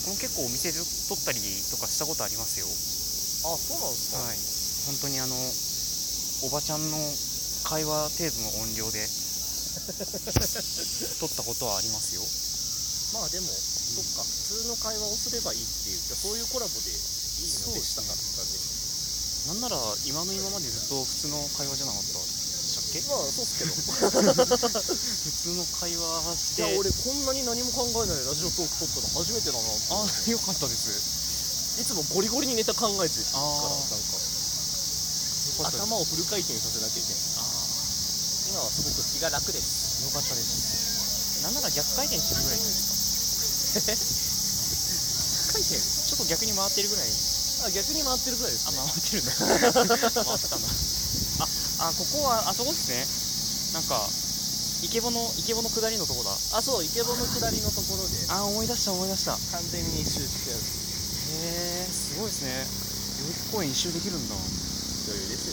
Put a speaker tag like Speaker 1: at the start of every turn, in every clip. Speaker 1: 僕も結構お店で撮ったりとかしたことありますよ
Speaker 2: あそうなんですか、
Speaker 1: はい本当にあのおばちゃんの会話程度の音量 で撮ったことはありますよ
Speaker 2: まあでも、そっか普通の会話をすればいいっていうじゃあそういうコラボでいいのでしたかって感じです
Speaker 1: なんなら今の今までずっと普通の会話じゃなかったでしたっけ
Speaker 2: まあそうっすけど
Speaker 1: 普通の会話し
Speaker 2: い
Speaker 1: て
Speaker 2: や俺こんなに何も考えないラジオトーク撮ったの初めてだなって
Speaker 1: あよかったです
Speaker 2: いつもゴリゴリにネタ考えてるか
Speaker 1: あ
Speaker 2: ら
Speaker 1: ー
Speaker 2: なんか
Speaker 1: よかったです
Speaker 2: 頭をフル回転させなきゃいけない
Speaker 1: ああ
Speaker 2: 今はすごく気が楽です
Speaker 1: よかったですなんなら逆回転してるぐらいじゃないですか
Speaker 2: 回転
Speaker 1: ちょっと逆に回ってるぐらい
Speaker 2: あ逆に回ってるぐらいです
Speaker 1: あ
Speaker 2: ね
Speaker 1: 回ってるんだ回ったなああここはあそこですねなんかイケボのイケボの下りのとこだ
Speaker 2: あそうイケボの下りのところで
Speaker 1: あ思い出した思い出したへ
Speaker 2: 完全に一周してやる
Speaker 1: えすごいですね代々木公園一周できるんだ
Speaker 2: 余裕です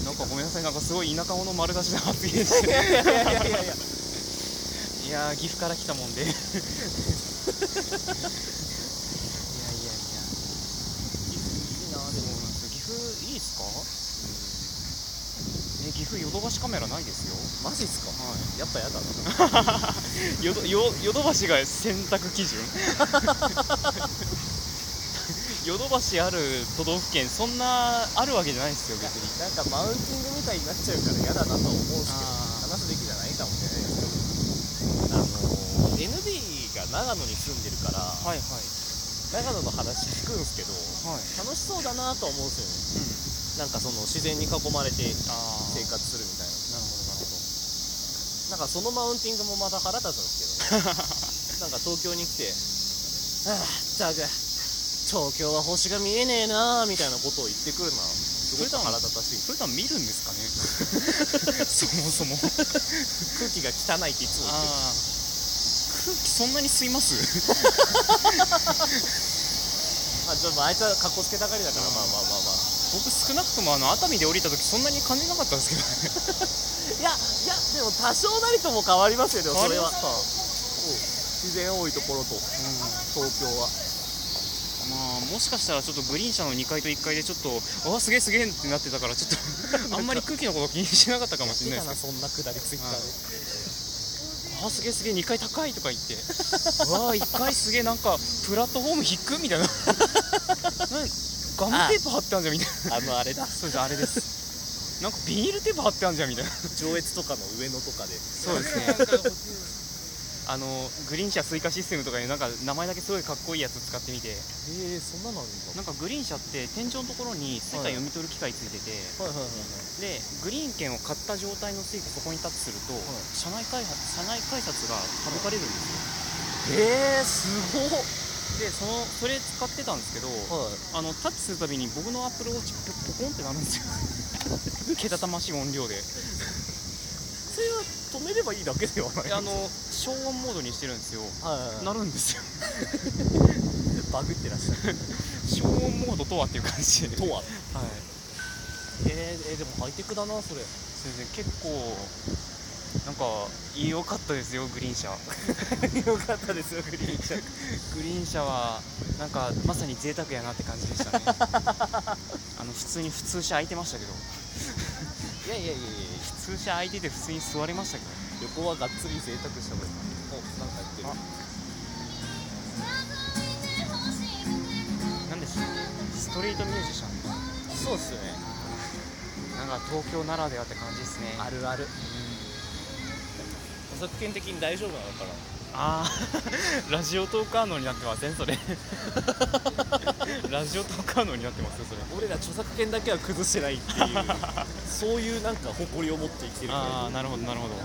Speaker 2: よ
Speaker 1: なんかごめんなさいなんかすごい田舎者丸出しな発言して
Speaker 2: いやいやいやいやい や
Speaker 1: いやー岐阜から来たもんでいやいやいやそうなんですよ岐阜
Speaker 2: いいなでも
Speaker 1: いいですかえ岐阜ヨドバシカメラないですよ
Speaker 2: マジっすか
Speaker 1: は
Speaker 2: やっぱやだな
Speaker 1: いヨドヨヨドバシが選択基準 ヨドバシある都道府県そんなあるわけじゃないですよ別に
Speaker 2: なんかマウンティングみたいになっちゃうからやだなとは思うんですけど
Speaker 1: あ
Speaker 2: 話すべきじゃないかもしれないですけどあの NB が長野に住んでるから、
Speaker 1: ーはいはい
Speaker 2: 長野の話聞くんですけど
Speaker 1: はい、うん、
Speaker 2: 楽しそうだなとは思うんですよねなんかその自然に囲まれて
Speaker 1: あー
Speaker 2: 生活するみたいな
Speaker 1: なるほどなるほど
Speaker 2: なんかそのマウンティングもまた腹立つんです けどねなんか東京に来て「ああったく東京は星が見えねえなあ」みたいなことを言ってくるのはすごく腹立たしい
Speaker 1: それとは見るんですかね そもそも
Speaker 2: 空気が汚いっていつも言ってる
Speaker 1: あー空気そんなに吸います
Speaker 2: あちょっとあいつはかっこつけたがりだから
Speaker 1: うん
Speaker 2: まあまあまあまあ
Speaker 1: 僕少なくともあの熱海で降りた時そんなに感じなかったんですけどね
Speaker 2: いやいやでも多少なりとも変わりますよねそれは
Speaker 1: 変わり
Speaker 2: 自然多いところと東京は
Speaker 1: まあもしかしたらちょっとグリーン車の2階と1階でちょっとあーすげえすげえってなってたからちょっ とあんまり空気のこと気にしてなかったかもしれないです
Speaker 2: なそんなくだりついた
Speaker 1: はいあーすげえすげえ2階高いとか言って わあ1階すげえなんかプラットフォーム低っみたい ななんガムテープ貼ってあんじゃんみたいな
Speaker 2: あのあれだ
Speaker 1: そうですあれですなんかビニールテープ貼ってあんじゃんみたいな
Speaker 2: 上越とかの上野とかで
Speaker 1: そうですね。 あのグリーン車スイカシステムとかいうなんか名前だけすごいかっこいいやつ使ってみて
Speaker 2: へえそんなのあるん
Speaker 1: なんかグリーン車って天井のところにスイカ読み取る機械ついてて、
Speaker 2: はいはいはいはい
Speaker 1: でグリーン券を買った状態のスイカそこにタッチすると、車内開発車内改札が省かれるんです
Speaker 2: へえすごっ
Speaker 1: よでそのそれ使ってたんですけど、
Speaker 2: はい
Speaker 1: あのタッチするたびに僕のアップルウォッチポコンってなるんです よけたたましい音量で
Speaker 2: それは止めればいいだけではない
Speaker 1: であの消音モードにしてるんですよ
Speaker 2: はいはい
Speaker 1: な
Speaker 2: はい
Speaker 1: るんですよ
Speaker 2: バグってらっしゃる
Speaker 1: 消音モードとはっていう感じで
Speaker 2: とは
Speaker 1: はい、
Speaker 2: えー、えーでもハイテクだなそれ
Speaker 1: それで結構なんか良かったですよグリーン車
Speaker 2: よかったですよグリーン車
Speaker 1: グリーン車はなんかまさに贅沢やなって感じでした ねあの普通に普通車空いてましたけど
Speaker 2: いやいやいやいや
Speaker 1: 普通車空いてて普通に座れましたけど
Speaker 2: 旅行はがっつり贅沢した方がいいおなんかやってる
Speaker 1: あなんでしたっけストリートミュージシャン
Speaker 2: そうっすね
Speaker 1: なんか東京ならではって感じですね
Speaker 2: あるある著作権的に大丈夫なのかな
Speaker 1: あー ラジオトークアーノになってません それラジオトークアーノになってますよそれ
Speaker 2: 俺ら著作権だけは崩してない っていうそういうなんか誇りを持って生きてる
Speaker 1: あ
Speaker 2: か
Speaker 1: あなるほどなるほど
Speaker 2: ら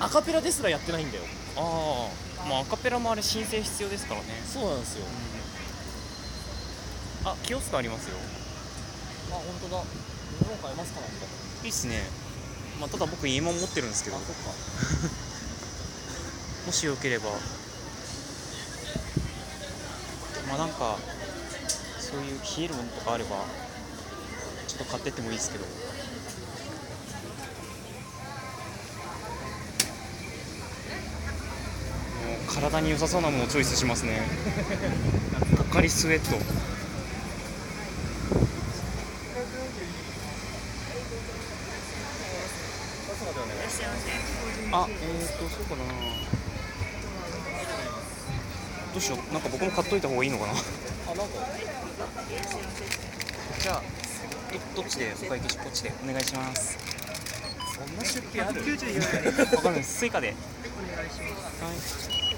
Speaker 2: アカペラですらやってないんだよ
Speaker 1: ああまあアカペラもあれ申請必要ですからね
Speaker 2: そうなんですよ
Speaker 1: あキオスクありますよ
Speaker 2: あ本当だ物を買えますかなんか
Speaker 1: いいっすね、まあ、ただ僕いいもん持ってるんですけど
Speaker 2: あそっか
Speaker 1: もしよければまあなんかそういう冷えるものとかあればちょっと買ってってもいいですけどもう体に良さそうなものをチョイスしますねがっかりスウェットあえー、っとそうかなどうしようなんか僕も買っといた方がいいのかな
Speaker 2: あなんか
Speaker 1: じゃあえどっちでお会計しこっちでお願いします
Speaker 2: そんな出費ある
Speaker 1: わかんないです。スイカで。お願いします。はい。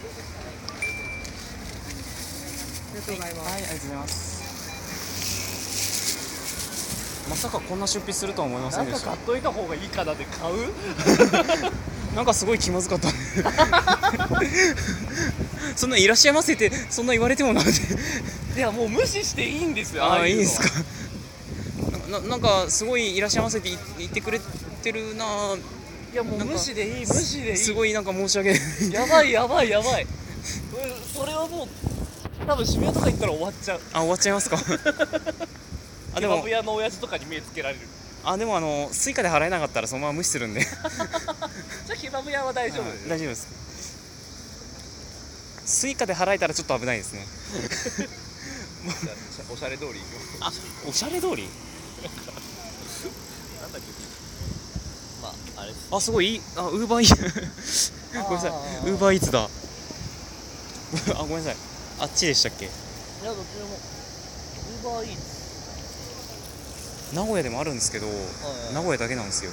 Speaker 1: ありがとうございます。はい、ありがとうございます。まさかこんな出費するとは思いませ
Speaker 2: なん
Speaker 1: んで
Speaker 2: か
Speaker 1: した
Speaker 2: 買っ。といた方がいいかなって買う
Speaker 1: なんかすごい気まずかった ね。そんないらっしゃいませってそんな言われてもなんで。
Speaker 2: いやもう無視していいんですよ
Speaker 1: ああ
Speaker 2: あ
Speaker 1: いいん
Speaker 2: ん
Speaker 1: ですか。なななんかすごいいらっしゃいませって言言ってくれてるなぁ。
Speaker 2: いやもう無視でいい無視でい
Speaker 1: す
Speaker 2: い
Speaker 1: ごいなんか申し訳ない。
Speaker 2: やばいやばいやばいうんそれはもう多分渋谷とか行ったら終わっちゃう
Speaker 1: あ終わっちゃい ますか。あ
Speaker 2: ケ
Speaker 1: で
Speaker 2: バ
Speaker 1: も
Speaker 2: ブ屋の親父とかに目つけられる
Speaker 1: あでもあのスイカで払えなかったらそのまま無視するんで
Speaker 2: じゃあケバブ屋は大丈夫
Speaker 1: はい大丈夫ですスイカで払えたらちょっと危ないですね
Speaker 2: じゃあおしゃれ通り行きます
Speaker 1: あおしゃれ通り
Speaker 2: なんだっけまああれ
Speaker 1: あすごいいいあウーバーイー ごめんなさい
Speaker 2: あー
Speaker 1: ウーバーイーツだ あごめんなさいあっちでしたっけ
Speaker 2: いやどっちでもウーバーイーツ
Speaker 1: 名古屋でもあるんですけど
Speaker 2: い
Speaker 1: 名古屋だけなんですよ
Speaker 2: へ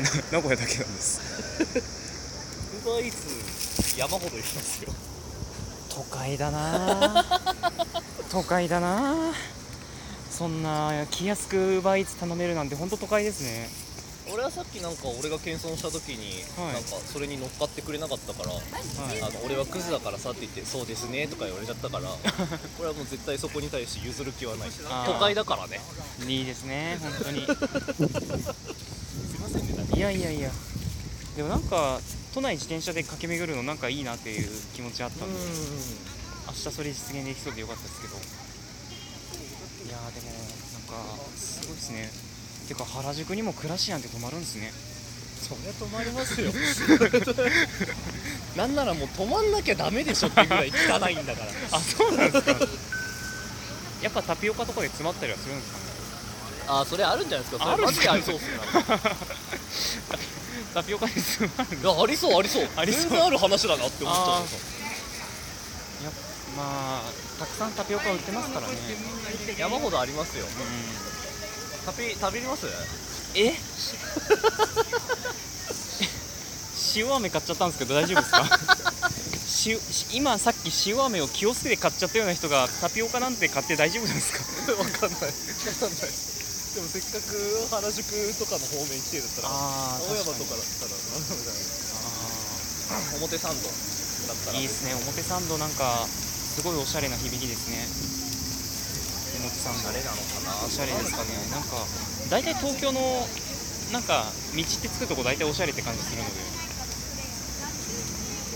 Speaker 2: え
Speaker 1: 名古屋だけなんです
Speaker 2: ウーバーイーツ山ほど行きますよ
Speaker 1: 都会だ な都会だなそんな気安くウーバーイーツ頼めるなんて本当都会ですね
Speaker 2: 俺はさっきなんか俺が謙遜した時に、
Speaker 1: はい
Speaker 2: なんかそれに乗っかってくれなかったから、あの俺はクズだからさって言って「そうですね」とか言われちゃったから 俺はもう絶対そこに対して譲る気はない
Speaker 1: あー
Speaker 2: 都会だからね
Speaker 1: いいですね本当に
Speaker 2: すいませんねなんか
Speaker 1: いやいやいやでもなんか都内自転車で駆け巡るのなんかいいなっていう気持ちあったんで明日それ実現できそうでよかったですけどいやーでもなんかすごいですねてか原宿にも暮らしなんて泊まるんですね
Speaker 2: そりゃ止まりますよ なんならもう止まんなきゃダメでしょってぐらい汚いんだから
Speaker 1: あそうなんですかやっぱタピオカとかで詰まったりはするんですかね
Speaker 2: ああそれあるんじゃないですかそれ
Speaker 1: あるん
Speaker 2: マ
Speaker 1: です
Speaker 2: ジで
Speaker 1: か
Speaker 2: ありそうっすねなんか
Speaker 1: タピオカで詰まる
Speaker 2: いやありそうありそう
Speaker 1: ありそう
Speaker 2: 全然ある話だなって思っちゃう
Speaker 1: あいやまあたくさんタピオカ売ってますからね、
Speaker 2: 山ほどありますよ
Speaker 1: う
Speaker 2: 旅旅り ます
Speaker 1: ん、 え塩飴買っちゃったんですけど大丈夫ですか塩今さっき塩飴を気をつけて買っちゃったような人がタピオカなんて買って大丈夫なんですか
Speaker 2: わかんないわかんないでもせっかく原宿とかの方面来てるんだったら
Speaker 1: あ
Speaker 2: 青山とかだったらなんだろうじゃない表参道だったら
Speaker 1: いいですね表参道なんかすごいおしゃれな響きですね表参道
Speaker 2: あれなのかな
Speaker 1: おしゃれですかねなんか大体東京のなんか道ってつくとこ大体おしゃれって感じするので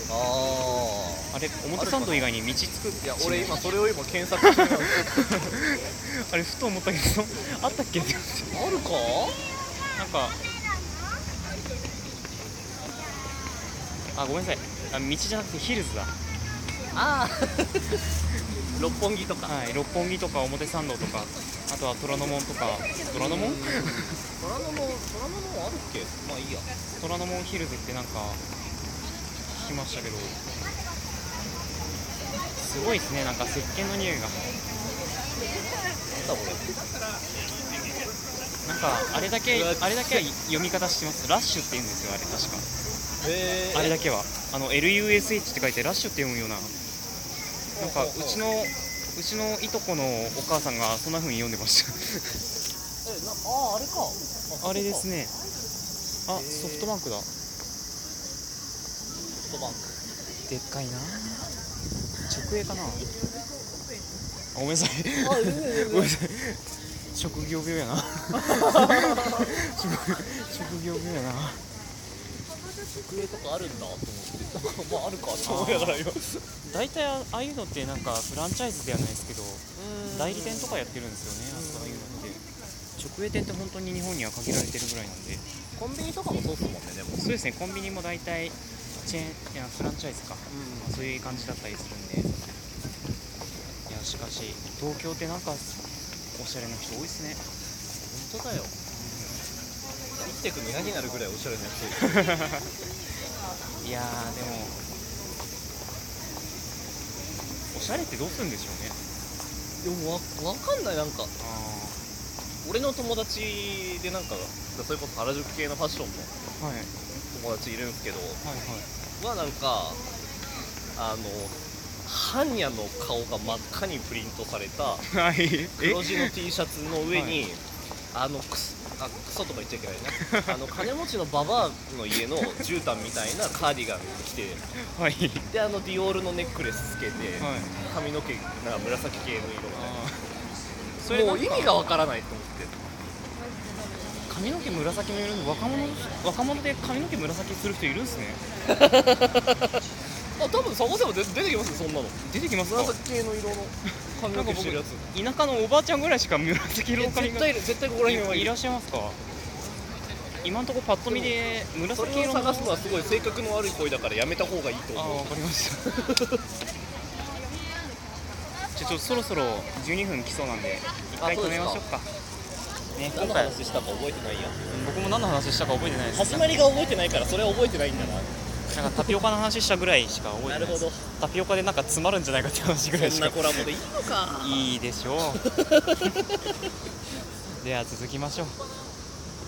Speaker 2: ああ
Speaker 1: あれ表参道以外に道つく
Speaker 2: いや俺今それを今検索してたんですけ
Speaker 1: あれふと思ったけどあったっけって思って
Speaker 2: どあるか
Speaker 1: なんかあごめんなさいあ道じゃなくてヒルズだ
Speaker 2: ああ六本木とか
Speaker 1: はい六本木とか表参道とかあとは虎ノ門とか虎ノ門
Speaker 2: 虎ノ門虎ノ門あるっけまあいいや
Speaker 1: 虎ノ門ヒルズってなんか聞きましたけどすごいですねなんか石鹸の匂いが
Speaker 2: なんだこ
Speaker 1: なんかあ
Speaker 2: れ
Speaker 1: れだけ
Speaker 2: うわ
Speaker 1: あれだけは読み方してますラッシュって言うんですよあれ確かあ
Speaker 2: え
Speaker 1: れだけはあの LUSH って書いてラッシュって読むようななんかうちのうちのいとこのお母さんがそんな風に読んでまし
Speaker 2: えなあああれか
Speaker 1: た あれですねあ
Speaker 2: へー
Speaker 1: ソフトバンクだ
Speaker 2: ソフトバンク
Speaker 1: でっかいな直営かなあごめんな さい
Speaker 2: あ全然全然
Speaker 1: ごめんなさい職業病や な職職業病やな
Speaker 2: 机とかあるんだと思ってなんかまああるかと思いながら今
Speaker 1: 大体ああいうのってなんかフランチャイズではないですけど代理店とかやってるんですよねああいうのって直営店って本当に日本には限られてるぐらいなんで
Speaker 2: コンビニとかもそうっすもんねでも
Speaker 1: そうですねコンビニも大体チェーンいやフランチャイズか、まあ、そういう感じだったりするんでいやしかし東京ってなんかおしゃれな人多いっすね
Speaker 2: 本当だよ生きてくの嫌になるぐらいおしゃれな人いる
Speaker 1: いやーでもおしゃれってどうするんでしょうね
Speaker 2: でもわわかんないなんか
Speaker 1: あ
Speaker 2: 俺の友達でなんかそれこそ原宿系のファッションの
Speaker 1: あはいはい
Speaker 2: 友達いるんですけど
Speaker 1: はい
Speaker 2: はなんかあの般若の顔が真っ赤にプリントされた
Speaker 1: はい
Speaker 2: 黒地の T シャツの上
Speaker 1: は
Speaker 2: に、あのクスあクソとか言っちゃいけないね あの金持ちのババアの家の絨毯みたいなカーディガン着て
Speaker 1: はいはい
Speaker 2: であのディオールのネックレスつけて、髪の毛なんか紫系の色がね
Speaker 1: あ
Speaker 2: そ
Speaker 1: れ
Speaker 2: れ
Speaker 1: な
Speaker 2: も
Speaker 1: ん
Speaker 2: う
Speaker 1: か
Speaker 2: 意味がわからないと思って
Speaker 1: ー髪の毛紫もいるんで若者若者で髪の毛紫する人いるんですね
Speaker 2: あ多分探せば出出てきますよそんなの
Speaker 1: 出てきますか
Speaker 2: 紫系の色の髪の毛してるやつ
Speaker 1: 田舎のおばあちゃんぐらいしか紫色
Speaker 2: え
Speaker 1: の髪
Speaker 2: 絶
Speaker 1: が
Speaker 2: 対いる絶対ここら辺はい
Speaker 1: い
Speaker 2: る
Speaker 1: らっしゃいますか今んとこパッと見で
Speaker 2: それ
Speaker 1: 紫色
Speaker 2: を
Speaker 1: の
Speaker 2: 探すのはすごい性格の悪い恋だからやめた方がいいと
Speaker 1: あ
Speaker 2: 思
Speaker 1: わ
Speaker 2: う
Speaker 1: かりました じゃあちょっとそろそろ12分来そうなんで一回
Speaker 2: あそう
Speaker 1: 止
Speaker 2: で
Speaker 1: め
Speaker 2: すか
Speaker 1: ましょうかね
Speaker 2: 何
Speaker 1: 今
Speaker 2: の
Speaker 1: 回
Speaker 2: 話したか覚えてないや
Speaker 1: 僕も何の話したか覚えてないです
Speaker 2: 始まりが覚えてないからそれは覚えてないんだな
Speaker 1: なんかタピオカの話したぐらいしか覚えてな
Speaker 2: ないる
Speaker 1: で
Speaker 2: ほ
Speaker 1: す
Speaker 2: ど
Speaker 1: タピオカでなんか詰まるんじゃないかって話ぐらい
Speaker 2: そ
Speaker 1: し
Speaker 2: ん
Speaker 1: か
Speaker 2: なコラボで いいのか
Speaker 1: いいでしょうでは続きましょう